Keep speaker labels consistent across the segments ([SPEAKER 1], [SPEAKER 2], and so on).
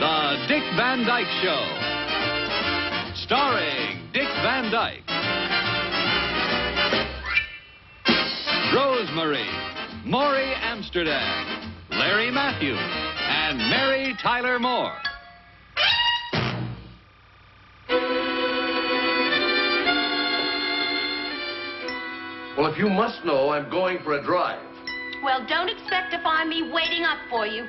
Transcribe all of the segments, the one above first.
[SPEAKER 1] The Dick Van Dyke Show. Starring Dick Van Dyke. Rosemary, Maury Amsterdam, Larry Matthews, and Mary Tyler Moore.
[SPEAKER 2] Well, if you must know, I'm going for a drive.
[SPEAKER 3] Well, don't expect to find me waiting up for you.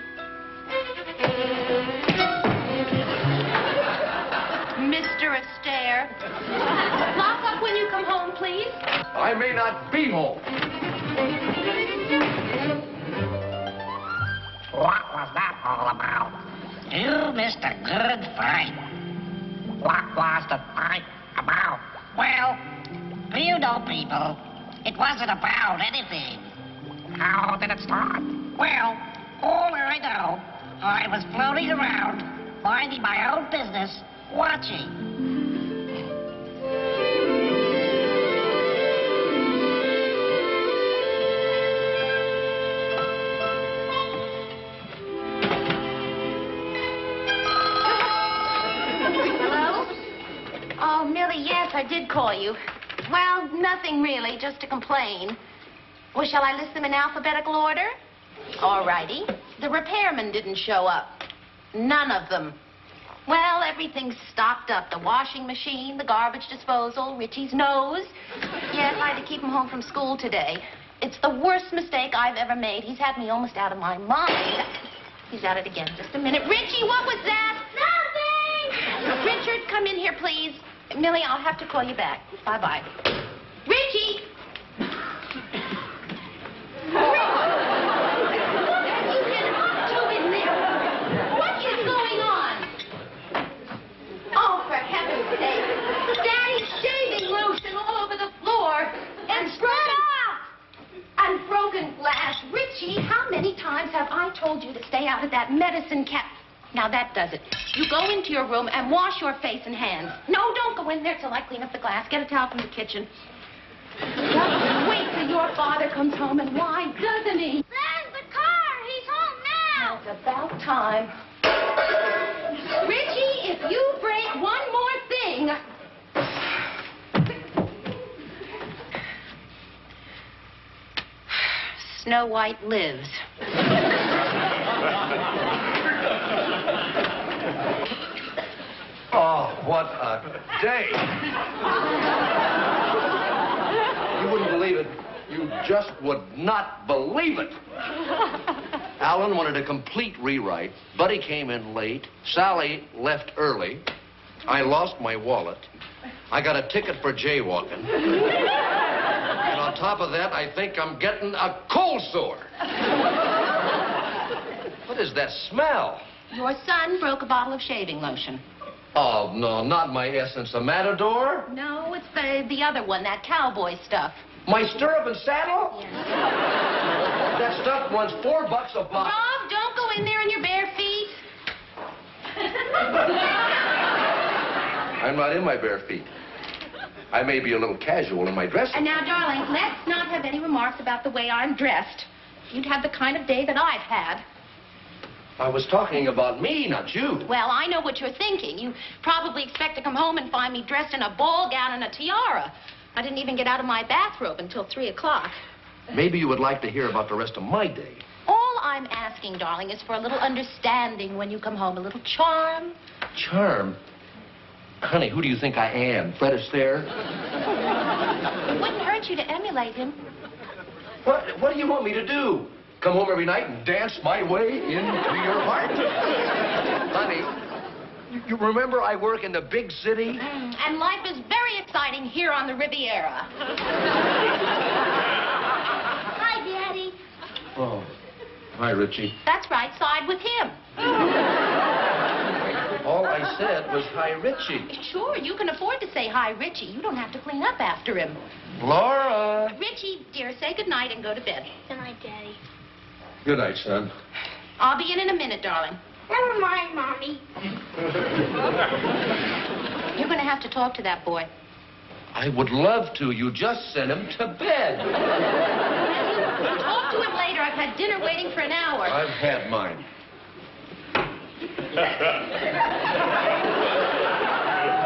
[SPEAKER 3] Mr. Astaire. Lock up when you come home, please.
[SPEAKER 2] I may not be home.
[SPEAKER 4] What was that all about? You missed a good fight. What was the fight about? Well, you know, people, it wasn't about anything. How did it start? Well, all I know, I was floating around, minding my own business, watching.
[SPEAKER 3] Hello? Oh, Millie, yes, I did call you. Well, nothing really, just to complain. Well, shall I list them in alphabetical order? All righty. The repairmen didn't show up. None of them. Well, everything's stopped up. The washing machine, the garbage disposal, Richie's nose. Yes, I had to keep him home from school today. It's the worst mistake I've ever made. He's had me almost out of my mind. He's at it again. Just a minute. Richie, what was that? Nothing! Richard, come in here, please. Millie, I'll have to call you back. Bye-bye. Richie! What you been up to in there? What is going on? Oh, for heaven's sake. Daddy's shaving lotion all over the floor. And broken... And broken glass. Richie, how many times have I told you to stay out of that medicine cap? Now, that does it. You go into your room and wash your face and hands. No, don't go in there till I clean up the glass. Get a towel from the kitchen. Just wait till your father comes home, and why doesn't he? There's the car. He's home now. It's about time. Richie, if you break one more thing. Snow White lives.
[SPEAKER 2] Oh, what a day. you wouldn't believe it. You just would not believe it. Alan wanted a complete rewrite. Buddy came in late. Sally left early. I lost my wallet. I got a ticket for jaywalking. and on top of that, I think I'm getting a cold sore. what is that smell?
[SPEAKER 3] Your son broke a bottle of shaving lotion.
[SPEAKER 2] Oh, no, not my essence. A matador?
[SPEAKER 3] No, it's the, the other one, that cowboy stuff.
[SPEAKER 2] My stirrup and saddle? That stuff runs four bucks a box.
[SPEAKER 3] Rob, don't go in there in your bare feet.
[SPEAKER 2] I'm not in my bare feet. I may be a little casual in my dressing.
[SPEAKER 3] And now, darling, let's not have any remarks about the way I'm dressed. You'd have the kind of day that I've had.
[SPEAKER 2] I was talking about me, not you.
[SPEAKER 3] Well, I know what you're thinking. You probably expect to come home and find me dressed in a ball gown and a tiara. I didn't even get out of my bathrobe until 3 o'clock.
[SPEAKER 2] Maybe you would like to hear about the rest of my day.
[SPEAKER 3] All I'm asking, darling, is for a little understanding when you come home, a little charm.
[SPEAKER 2] Charm? Honey, who do you think I am? Fred Astaire?
[SPEAKER 3] It wouldn't hurt you to emulate him.
[SPEAKER 2] What, what do you want me to do? Come home every night and dance my way into your heart? Honey, you, you remember I work in the big city?
[SPEAKER 3] Mm, And life is very exciting here on the Riviera. Hi, Daddy.
[SPEAKER 2] Oh. Hi, Richie.
[SPEAKER 3] That's right, side with him.
[SPEAKER 2] All I said was hi, Richie.
[SPEAKER 3] Sure, you can afford to say hi, Richie. You don't have to clean up after him.
[SPEAKER 2] Laura.
[SPEAKER 3] Richie, dear, say goodnight and go to bed.
[SPEAKER 5] Good night, Daddy.
[SPEAKER 2] Good night, son.
[SPEAKER 3] I'll be in in a minute, darling.
[SPEAKER 5] Never mind, Mommy.
[SPEAKER 3] You're going to have to talk to that boy.
[SPEAKER 2] I would love to. You just sent him to bed.
[SPEAKER 3] Talk to him later. I've had dinner waiting for an hour.
[SPEAKER 2] I've had mine.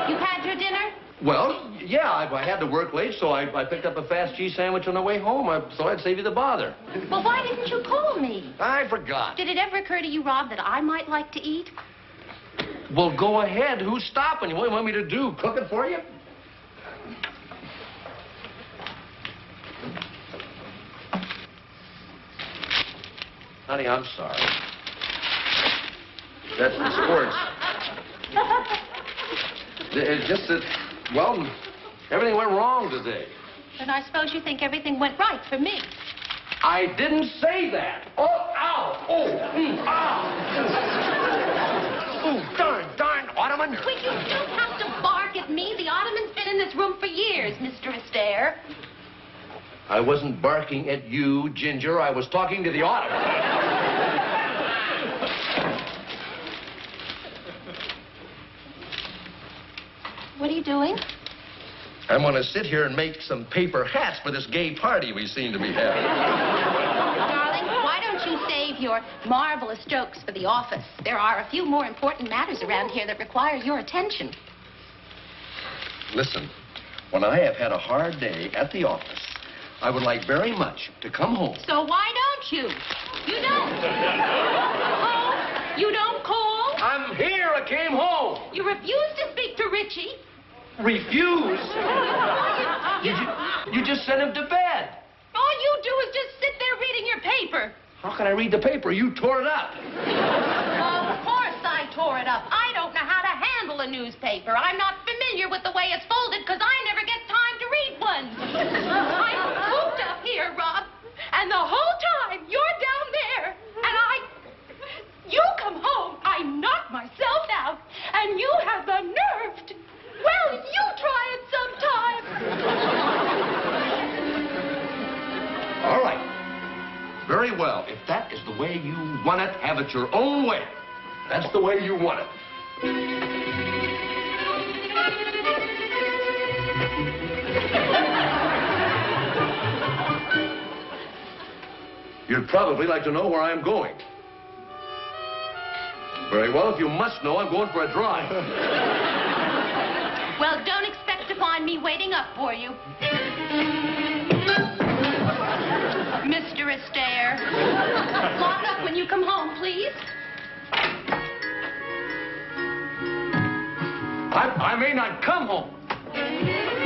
[SPEAKER 3] You've had your dinner?
[SPEAKER 2] Well, yeah, I, I had to work late, so I, I picked up a fast cheese sandwich on the way home. I thought I'd save you the bother.
[SPEAKER 3] Well, why didn't you call me?
[SPEAKER 2] I forgot.
[SPEAKER 3] Did it ever occur to you, Rob, that I might like to eat?
[SPEAKER 2] Well, go ahead. Who's stopping you? What do you want me to do? Cook it for you? Honey, I'm sorry. That's the squirts. It's just that, well, everything went wrong today.
[SPEAKER 3] Then I suppose you think everything went right for me.
[SPEAKER 2] I didn't say that. Oh, ow! Oh, mm, ow! Ooh, Oh, darn, darn ottoman!
[SPEAKER 3] But you don't have to bark at me. The ottoman's been in this room for years, Mr. Astaire.
[SPEAKER 2] I wasn't barking at you, Ginger. I was talking to the ottoman.
[SPEAKER 3] What are you doing?
[SPEAKER 2] I'm gonna sit here and make some paper hats for this gay party we seem to be having.
[SPEAKER 3] Darling, why don't you save your marvelous jokes for the office? There are a few more important matters around here that require your attention.
[SPEAKER 2] Listen, when I have had a hard day at the office, I would like very much to come home.
[SPEAKER 3] So why don't you? You don't. Oh, you don't call.
[SPEAKER 2] I'm here. I came home.
[SPEAKER 3] You refuse to speak to Richie.
[SPEAKER 2] Refuse? You, ju- you just sent him to bed.
[SPEAKER 3] All you do is just sit there reading your paper.
[SPEAKER 2] How can I read the paper? You tore it up.
[SPEAKER 3] Of course I tore it up. I don't know how to handle a newspaper. I'm not familiar with the way it's folded because I never get time to read one. I'm cooped up here, Rob. And the whole time you're down there. And I. You come home, I knock myself out, and you have the nerve to. Well, you try it sometime.
[SPEAKER 2] All right. Very well. If that is the way you want it, have it your own way. That's the way you want it. You'd probably like to know where I'm going. Very well, if you must know, I'm going for a drive.
[SPEAKER 3] Well, don't expect to find me waiting up for you. Mr. Astaire. Lock up when you come home, please.
[SPEAKER 2] I, I may not come home.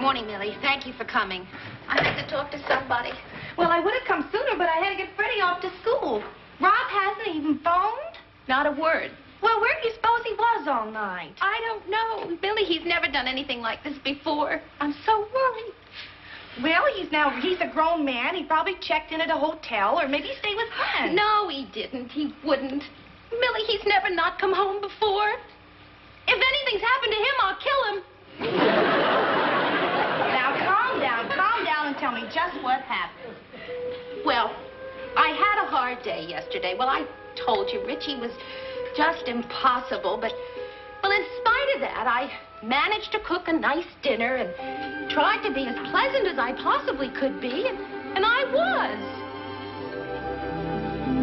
[SPEAKER 3] Morning, Millie. Thank you for coming. I had to talk to somebody.
[SPEAKER 5] Well, I would have come sooner, but I had to get Freddie off to school. Rob hasn't even phoned.
[SPEAKER 3] Not a word.
[SPEAKER 5] Well, where do you suppose he was all night?
[SPEAKER 3] I don't know. Billy, he's never done anything like this before. I'm so worried.
[SPEAKER 5] Well, he's now he's a grown man. He probably checked in at a hotel or maybe stayed with friends.
[SPEAKER 3] No, he didn't. He wouldn't. Millie, he's never not come home before. If anything's happened to him, I'll kill him.
[SPEAKER 5] Now calm down, calm down, and tell me just what happened.
[SPEAKER 3] Well, I had a hard day yesterday. Well, I told you, Richie was just impossible, but well, in spite of that, I managed to cook a nice dinner and tried to be as pleasant as I possibly could be, and, and I was.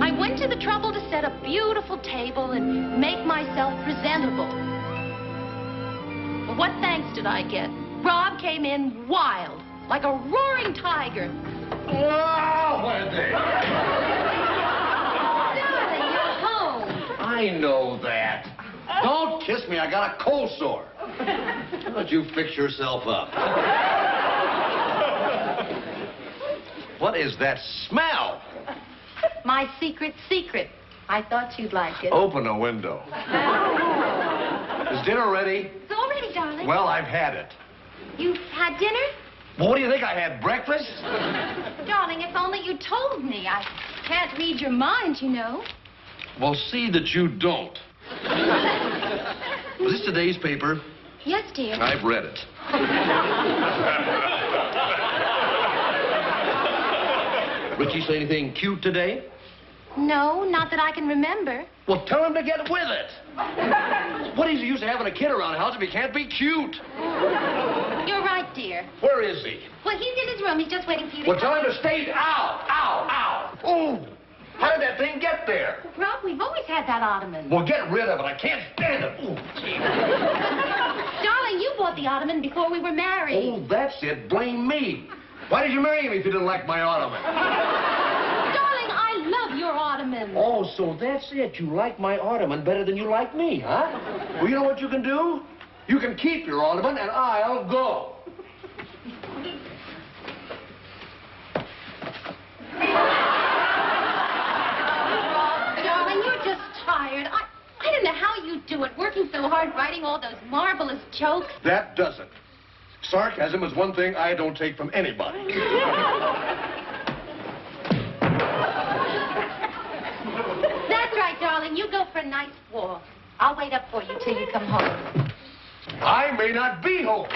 [SPEAKER 3] I went to the trouble to set a beautiful table and make myself presentable. Well, what thanks did I get? Rob came in wild, like a roaring tiger.
[SPEAKER 2] Wow, what a day.
[SPEAKER 3] Darling, you're home.
[SPEAKER 2] I know that. Don't kiss me. I got a cold sore. How about you fix yourself up? What is that smell?
[SPEAKER 3] My secret secret. I thought you'd like it.
[SPEAKER 2] Open a window. Is dinner ready?
[SPEAKER 3] It's all ready, darling.
[SPEAKER 2] Well, I've had it.
[SPEAKER 3] You've had dinner?
[SPEAKER 2] Well, what do you think? I had breakfast?
[SPEAKER 3] Darling, if only you told me. I can't read your mind, you know.
[SPEAKER 2] Well, see that you don't. Was this today's paper?
[SPEAKER 3] Yes, dear.
[SPEAKER 2] I've read it. Richie say anything cute today?
[SPEAKER 3] No, not that I can remember.
[SPEAKER 2] Well, tell him to get with it. What is the use of having a kid around the house if he can't be cute?
[SPEAKER 3] You're right, dear.
[SPEAKER 2] Where is he?
[SPEAKER 3] Well, he's in his room. He's just waiting for you to
[SPEAKER 2] Well, tell him to stay. Ow! Ow! Ow! Ooh! How did that thing get there?
[SPEAKER 3] Rob, we've always had that ottoman.
[SPEAKER 2] Well, get rid of it. I can't stand it. Ooh, gee.
[SPEAKER 3] Darling, you bought the ottoman before we were married.
[SPEAKER 2] Oh, that's it. Blame me. Why did you marry me if you didn't like my ottoman?
[SPEAKER 3] Darling, I love your ottoman.
[SPEAKER 2] Oh, so that's it. You like my ottoman better than you like me, huh? Well, you know what you can do? You can keep your ottoman, and I'll go.
[SPEAKER 3] Darling, you're just tired. I, I don't know how you do it, working so hard, writing all those marvelous jokes.
[SPEAKER 2] That does it. Sarcasm is one thing I don't take from anybody.
[SPEAKER 3] That's right, darling. You go for a nice walk. I'll wait up for you till you come home.
[SPEAKER 2] I may not be home.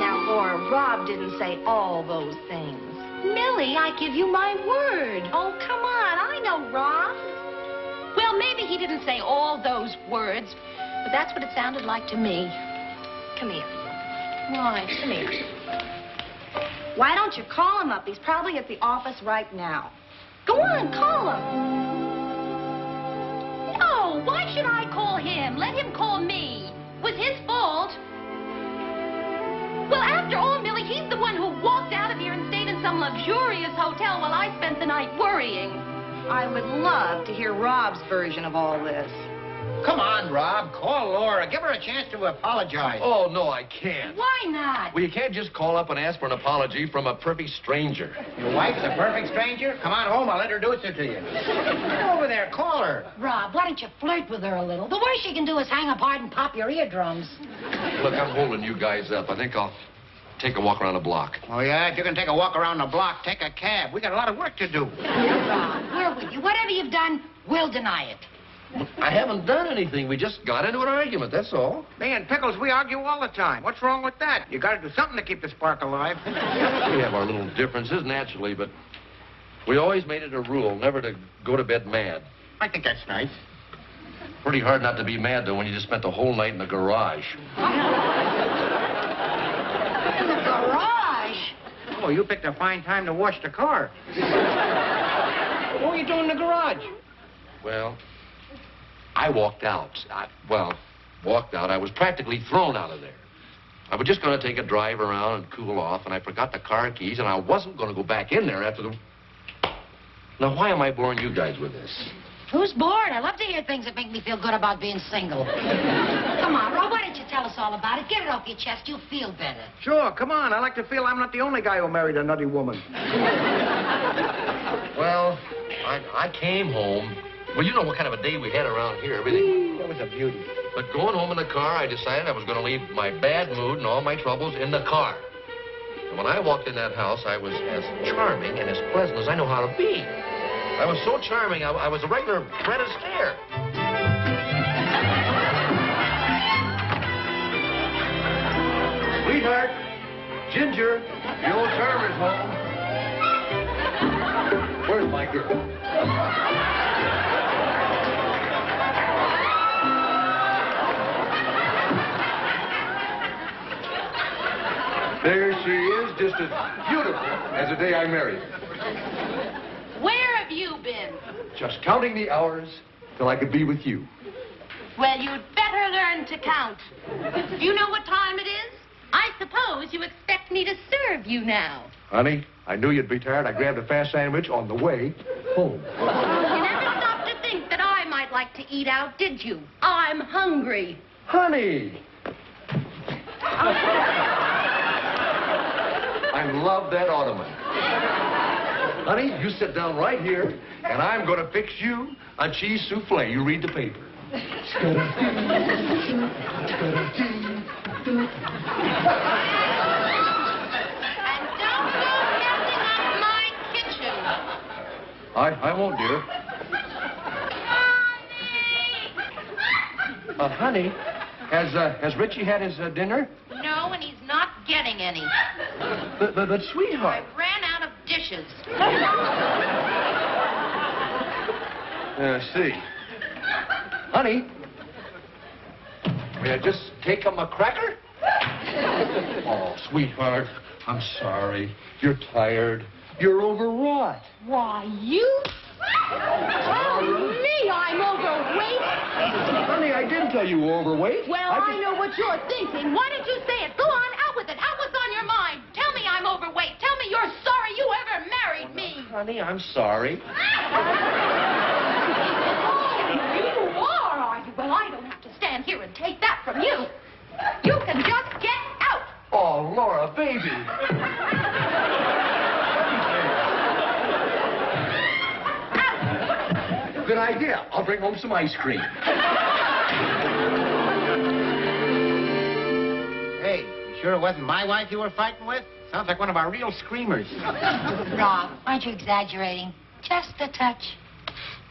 [SPEAKER 6] Now, Laura, Rob didn't say all those things.
[SPEAKER 3] Millie, I give you my word. Oh, come on. I know Rob. Well, maybe he didn't say all those words, but that's what it sounded like to me.
[SPEAKER 6] Come here.
[SPEAKER 3] Why? Come here.
[SPEAKER 5] Why don't you call him up? He's probably at the office right now.
[SPEAKER 3] Go on, call him. No, Oh, why should I call him? Let him call me. Was his fault. Well, after all, Millie, he's the one who walked out of here and stayed in some luxurious hotel while I spent the night worrying.
[SPEAKER 6] I would love to hear Rob's version of all this.
[SPEAKER 4] Come on, Rob. Call Laura. Give her a chance to apologize.
[SPEAKER 2] Oh, no, I can't.
[SPEAKER 3] Why not?
[SPEAKER 2] Well, you can't just call up and ask for an apology from a perfect stranger.
[SPEAKER 4] Your wife's a perfect stranger. Come on home. I'll introduce her to you. Get over there. Call her.
[SPEAKER 7] Rob, why don't you flirt with her a little? The worst she can do is hang up hard and pop your eardrums.
[SPEAKER 2] Look, I'm holding you guys up. I think I'll take a walk around the block.
[SPEAKER 4] Oh, yeah? If you can take a walk around the block, take a cab. We got a lot of work to do.
[SPEAKER 7] Rob, we're with you. Whatever you've done, we'll deny it.
[SPEAKER 2] I haven't done anything. We just got into an argument, that's all.
[SPEAKER 4] Me and Pickles, we argue all the time. What's wrong with that? You got to do something to keep the spark alive.
[SPEAKER 2] We have our little differences, naturally, but we always made it a rule never to go to bed mad.
[SPEAKER 4] I think that's nice.
[SPEAKER 2] Pretty hard not to be mad, though, when you just spent the whole night in the garage.
[SPEAKER 7] In the garage.
[SPEAKER 4] Oh, you picked a fine time to wash the car. what were you doing in the garage?
[SPEAKER 2] Well, I walked out. I, well, walked out. I was practically thrown out of there. I was just going to take a drive around and cool off, and I forgot the car keys, and I wasn't going to go back in there after the. Now, why am I boring you guys with this?
[SPEAKER 7] Who's bored? I love to hear things that make me feel good about being single. Come on, Rob, why don't you tell us all about it? Get it off your chest. You'll feel better.
[SPEAKER 4] Sure, come on. I like to feel I'm not the only guy who married a nutty woman.
[SPEAKER 2] Well, I, I came home. Well, you know what kind of a day we had around here, everything.
[SPEAKER 4] That was a beauty.
[SPEAKER 2] But going home in the car, I decided I was going to leave my bad mood and all my troubles in the car. And when I walked in that house, I was as charming and as pleasant as I know how to be. I was so charming, I, I was a regular Fred Astaire. Sweetheart, Ginger, the old charmer's home. Where's my girl? There she is, just as beautiful as the day I married. her.
[SPEAKER 3] Where have you been?
[SPEAKER 2] Just counting the hours till I could be with you.
[SPEAKER 3] Well, you'd better learn to count. Do you know what time it is? I suppose you expect me to serve you now.
[SPEAKER 2] Honey, I knew you'd be tired. I grabbed a fast sandwich on the way home.
[SPEAKER 3] You never stopped to think that I might like to eat out, did you? I'm hungry.
[SPEAKER 2] Honey! I love that ottoman. Honey, you sit down right here, and I'm going to fix you a cheese souffle. You read the paper.
[SPEAKER 3] And don't go messing up my kitchen.
[SPEAKER 2] I, I won't, dear.
[SPEAKER 4] Oh,
[SPEAKER 2] Uh, honey, has, uh, has Richie had his uh, dinner?
[SPEAKER 3] No, and he's not getting any.
[SPEAKER 2] But, but, but sweetheart.
[SPEAKER 3] Ran out of dishes.
[SPEAKER 2] Yeah, I Uh, see. Honey, may I just take him a cracker? oh, sweetheart, I'm sorry. You're tired. You're overwrought.
[SPEAKER 7] Why, you? Tell me I'm overweight?
[SPEAKER 2] Honey, I didn't tell you were overweight.
[SPEAKER 7] Well,
[SPEAKER 2] I
[SPEAKER 7] I
[SPEAKER 2] just-
[SPEAKER 7] know what you're thinking.
[SPEAKER 3] Why did you say it? Go on, out with it. Out what's on your mind. Tell me I'm overweight. Tell me you're sorry you ever married me.
[SPEAKER 2] Honey, I'm sorry.
[SPEAKER 3] You are, are you? Well, I don't have to stand here and take that from you. You can just get out.
[SPEAKER 2] Oh, Laura, baby. Good idea. I'll bring home some ice cream.
[SPEAKER 8] Hey, you sure it wasn't my wife you were fighting with? Sounds like one of our real screamers.
[SPEAKER 7] Rob, aren't you exaggerating? Just a touch.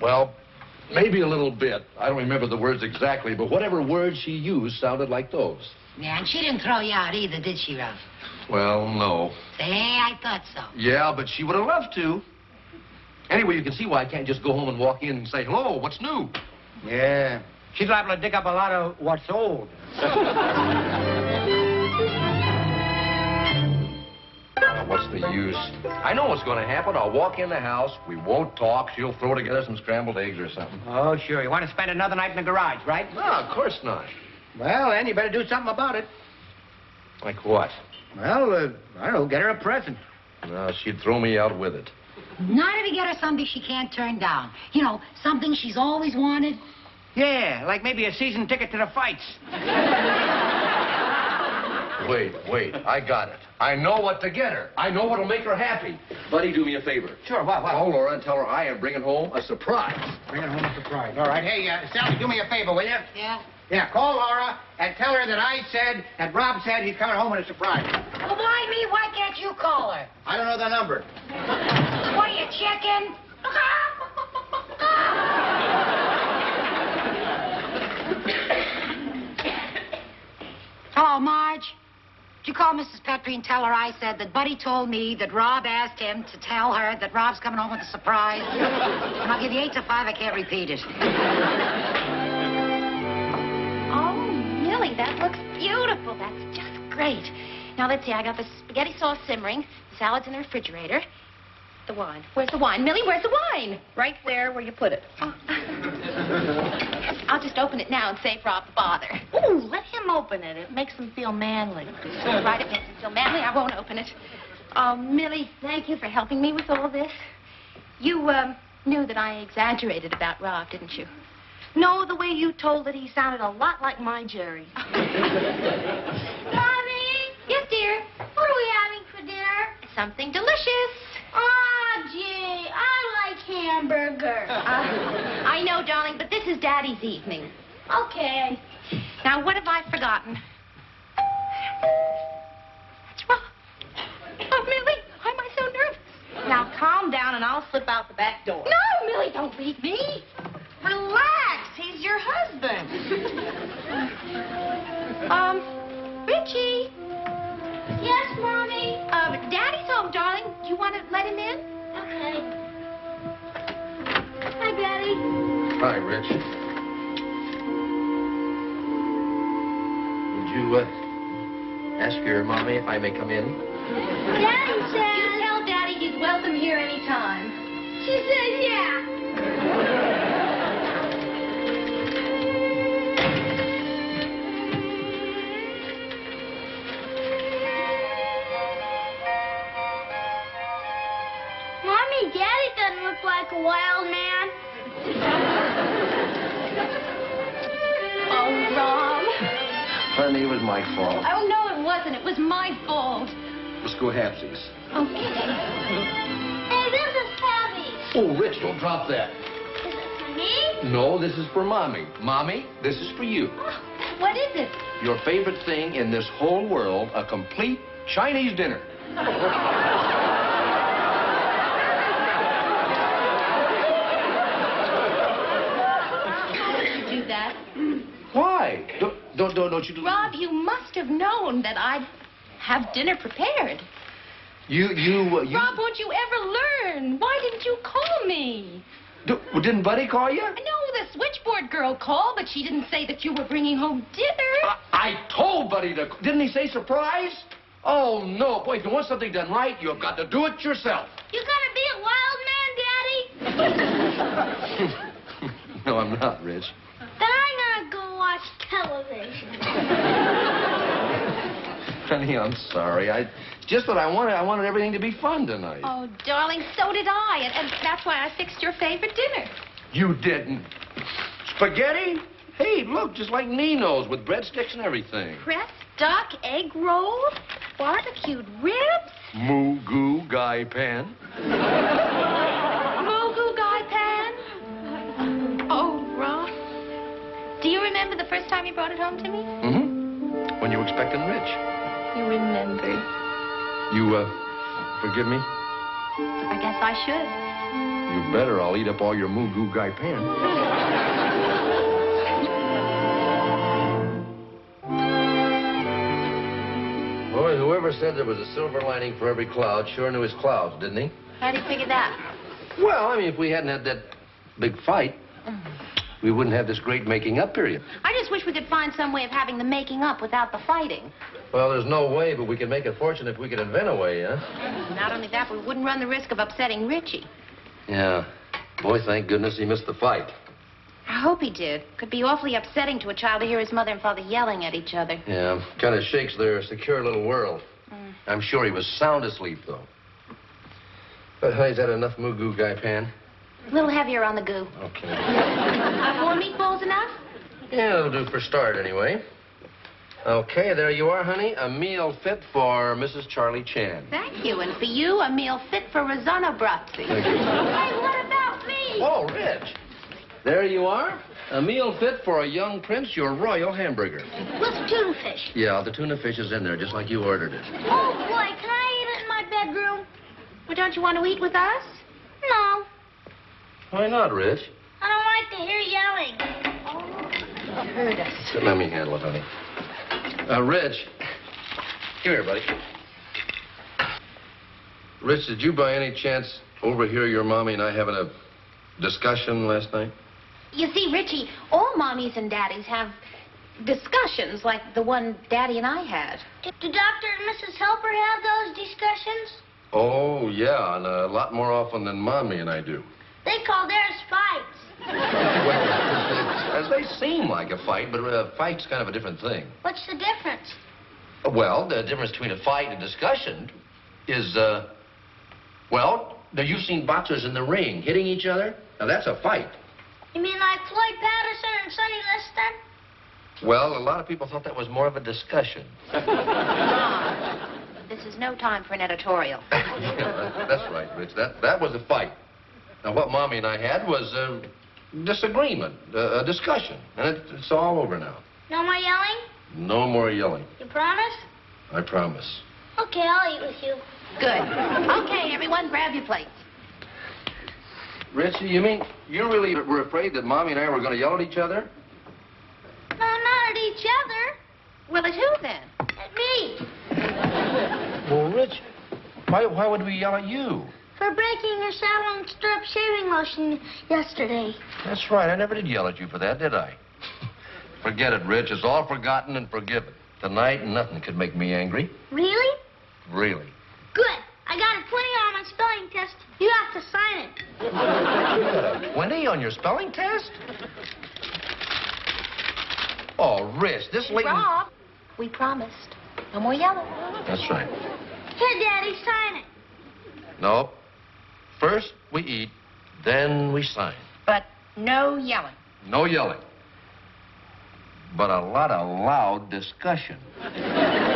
[SPEAKER 2] Well, maybe a little bit. I don't remember the words exactly, but whatever words she used sounded like those.
[SPEAKER 7] Yeah, and she didn't throw you out either, did she, Rob?
[SPEAKER 2] Well, no.
[SPEAKER 7] Say, I thought so.
[SPEAKER 2] Yeah, but she would have loved to. Anyway, you can see why I can't just go home and walk in and say, hello, what's new?
[SPEAKER 8] Yeah. She's liable to dig up a lot of what's old.
[SPEAKER 2] Now, Uh, what's the use? I know what's going to happen. I'll walk in the house. We won't talk. She'll throw together some scrambled eggs or something.
[SPEAKER 8] Oh, sure. You want to spend another night in the garage, right?
[SPEAKER 2] No, of course not.
[SPEAKER 8] Well, then you better do something about it.
[SPEAKER 2] Like what?
[SPEAKER 8] Well, uh, I don't know. Get her a present.
[SPEAKER 2] No, she'd throw me out with it.
[SPEAKER 7] Not if you get her something she can't turn down. You know, something she's always wanted.
[SPEAKER 8] Yeah, like maybe a season ticket to the fights.
[SPEAKER 2] Wait, wait. I got it. I know what to get her. I know what'll make her happy. Buddy, do me a favor.
[SPEAKER 8] Sure, what, what?
[SPEAKER 2] Call Laura and tell her I am bringing home a surprise.
[SPEAKER 8] Bring it home a surprise. All right. Hey, uh, Sally, do me a favor, will you?
[SPEAKER 7] Yeah.
[SPEAKER 8] Yeah, call Laura and tell her that I said, that Rob said he's coming home with a surprise.
[SPEAKER 7] Well, why me? Why can't you call her?
[SPEAKER 8] I don't know the number.
[SPEAKER 7] What are you, chicken? Hello, Marge. Did you call Mrs. Petrie and tell her I said that Buddy told me that Rob asked him to tell her that Rob's coming home with a surprise? and I'll give you eight to five. I can't repeat it.
[SPEAKER 3] Oh, Millie, that looks beautiful. That's just great. Now, let's see. I got the spaghetti sauce simmering. The salad's in the refrigerator. The wine. Where's the wine? Millie, where's the wine? Right there where you put it. Oh. I'll just open it now and save Rob the bother. Ooh, let him open it. It makes him feel manly. right, it makes him feel manly. I won't open it. Oh, Millie, thank you for helping me with all this. You, um, knew that I exaggerated about Rob, didn't you?
[SPEAKER 5] No, the way you told it, he sounded a lot like my Jerry.
[SPEAKER 3] Mommy! Yes, dear. What are we having for dinner? Something delicious.
[SPEAKER 9] Ah, gee, I like hamburger.
[SPEAKER 3] Uh, I know, darling, but this is Daddy's evening.
[SPEAKER 9] Okay.
[SPEAKER 3] Now, what have I forgotten? That's Rob. Oh, Millie, why am I so nervous?
[SPEAKER 5] Now calm down and I'll slip out the back door.
[SPEAKER 3] No, Millie, don't leave me.
[SPEAKER 5] Relax, he's your husband.
[SPEAKER 3] Um, Richie.
[SPEAKER 9] Yes, Mommy?
[SPEAKER 3] Uh, Daddy's home, darling. Do you want to let him in?
[SPEAKER 9] Okay. Hi, Daddy.
[SPEAKER 2] Hi, Rich. Did you uh, ask your mommy if I may come in?
[SPEAKER 9] Daddy
[SPEAKER 3] You
[SPEAKER 9] says...
[SPEAKER 3] tell Daddy he's welcome here anytime.
[SPEAKER 9] She says yeah. Mommy, Daddy doesn't look like a wild man.
[SPEAKER 3] Oh, Rob.
[SPEAKER 2] Honey, it was my fault.
[SPEAKER 3] Oh, no, it wasn't. It was my fault.
[SPEAKER 2] Let's go halfsies.
[SPEAKER 3] Okay.
[SPEAKER 9] Hey, this is heavy.
[SPEAKER 2] Oh, Rich, don't drop that.
[SPEAKER 9] Is it for me?
[SPEAKER 2] No, this is for mommy. Mommy, this is for you.
[SPEAKER 3] What is it?
[SPEAKER 2] Your favorite thing in this whole world, a complete Chinese dinner.
[SPEAKER 3] Do that.
[SPEAKER 2] Why? Don't, don't, don't, don't you do
[SPEAKER 3] Rob, you must have known that I'd have dinner prepared.
[SPEAKER 2] You, you, uh, you.
[SPEAKER 3] Rob, won't you ever learn? Why didn't you call me?
[SPEAKER 2] D- well, didn't Buddy call you?
[SPEAKER 3] I know the switchboard girl called, but she didn't say that you were bringing home dinner.
[SPEAKER 2] I, I told Buddy to. Didn't he say surprise? Oh no, boy! If you want something done right, you've got to do it yourself.
[SPEAKER 9] You gonna be a wild man, Daddy?
[SPEAKER 2] No, I'm not, Rich.
[SPEAKER 9] Then I'm gonna go watch television.
[SPEAKER 2] Honey, I'm sorry. I just that I wanted. I wanted everything to be fun tonight.
[SPEAKER 3] Oh, darling, so did I, and, and that's why I fixed your favorite dinner.
[SPEAKER 2] You didn't. Spaghetti? Hey, look, just like Nino's with breadsticks and everything.
[SPEAKER 3] Press, duck, egg rolls, barbecued ribs,
[SPEAKER 2] Moo goo guy pan.
[SPEAKER 3] Mogu guy pan. Oh, Rob. Do you remember the first time you brought it home to me?
[SPEAKER 2] Mm-hmm. When you expecting Rich.
[SPEAKER 3] You remembered.
[SPEAKER 2] You, uh, forgive me?
[SPEAKER 3] I guess I should.
[SPEAKER 2] You better. I'll eat up all your moo goo guy pan. Boy, whoever said there was a silver lining for every cloud sure knew his clouds, didn't he?
[SPEAKER 3] How'd you figure that?
[SPEAKER 2] Well, I mean, if we hadn't had that big fight, we wouldn't have this great making up period.
[SPEAKER 3] I just wish we could find some way of having the making up without the fighting.
[SPEAKER 2] Well, there's no way, but we can make a fortune if we can invent a way, huh?
[SPEAKER 3] Not only that, we wouldn't run the risk of upsetting Richie.
[SPEAKER 2] Yeah. Boy, thank goodness he missed the fight.
[SPEAKER 3] I hope he did. Could be awfully upsetting to a child to hear his mother and father yelling at each other.
[SPEAKER 2] Yeah, kind of shakes their secure little world.
[SPEAKER 9] Mm.
[SPEAKER 2] I'm sure he was sound asleep, though. But, honey, is that enough moo goo guy pan?
[SPEAKER 3] A little heavier on the goo.
[SPEAKER 2] Okay.
[SPEAKER 3] Are four meatballs enough?
[SPEAKER 2] Yeah, it'll do for start, anyway. Okay, there you are, honey. A meal fit for Mrs. Charlie Chan.
[SPEAKER 3] Thank you. And for you, a meal fit for Rosanna Brazzi.
[SPEAKER 2] Thank you.
[SPEAKER 9] Hey, what about me?
[SPEAKER 2] Oh, Rich. There you are. A meal fit for a young prince, your royal hamburger.
[SPEAKER 9] With tuna fish.
[SPEAKER 2] Yeah, the tuna fish is in there, just like you ordered it.
[SPEAKER 9] Oh boy, can I eat it in my bedroom?
[SPEAKER 3] Well, don't you want to eat with us?
[SPEAKER 9] No,
[SPEAKER 2] Why not, Rich?
[SPEAKER 9] I don't like to hear yelling.
[SPEAKER 2] Let me handle it, honey. Uh, Rich. Come here, buddy. Rich, did you by any chance overhear your mommy and I having a discussion last night?
[SPEAKER 3] You see, Richie, all mommies and daddies have discussions like the one Daddy and I had.
[SPEAKER 9] Did the doctor and Mrs. Helper have those discussions?
[SPEAKER 2] Oh, yeah, and a lot more often than mommy and I do.
[SPEAKER 9] They call theirs fights.
[SPEAKER 2] As they seem like a fight, but a fight's kind of a different thing.
[SPEAKER 9] What's the difference?
[SPEAKER 2] Well, the difference between a fight and a discussion is, uh, well, now you've seen boxers in the ring hitting each other. Now that's a fight.
[SPEAKER 9] You mean like Floyd Patterson and Sonny Liston?
[SPEAKER 2] Well, a lot of people thought that was more of a discussion.
[SPEAKER 3] This is no time for an editorial.
[SPEAKER 2] Yeah, that's right, Rich. That that was a fight. Now what mommy and I had was a disagreement, uh, a, a discussion, and it, it's all over now.
[SPEAKER 9] No more yelling?
[SPEAKER 2] No more yelling.
[SPEAKER 9] You promise?
[SPEAKER 2] I promise.
[SPEAKER 9] Okay, I'll eat with you.
[SPEAKER 3] Good. Okay, everyone, grab your plates.
[SPEAKER 2] Richie, you mean you really were afraid that mommy and I were going to yell at each other?
[SPEAKER 9] No, not at each other.
[SPEAKER 3] Well, at who then?
[SPEAKER 9] At me.
[SPEAKER 2] Well, Rich, why why would we yell at you?
[SPEAKER 9] For breaking your salon strip shaving lotion yesterday.
[SPEAKER 2] That's right. I never did yell at you for that, did I? Forget it, Rich. It's all forgotten and forgiven. Tonight, nothing could make me angry.
[SPEAKER 9] Really?
[SPEAKER 2] Really.
[SPEAKER 9] Good. I got a 20 on my spelling test. You have to sign it.
[SPEAKER 2] Twenty on your spelling test? Oh, Rich, this late. in-
[SPEAKER 3] Rob, we promised. No more yelling.
[SPEAKER 2] That's right.
[SPEAKER 9] Here, Daddy, sign it.
[SPEAKER 2] No. First we eat, then we sign.
[SPEAKER 7] But no yelling.
[SPEAKER 2] No yelling. But a lot of loud discussion.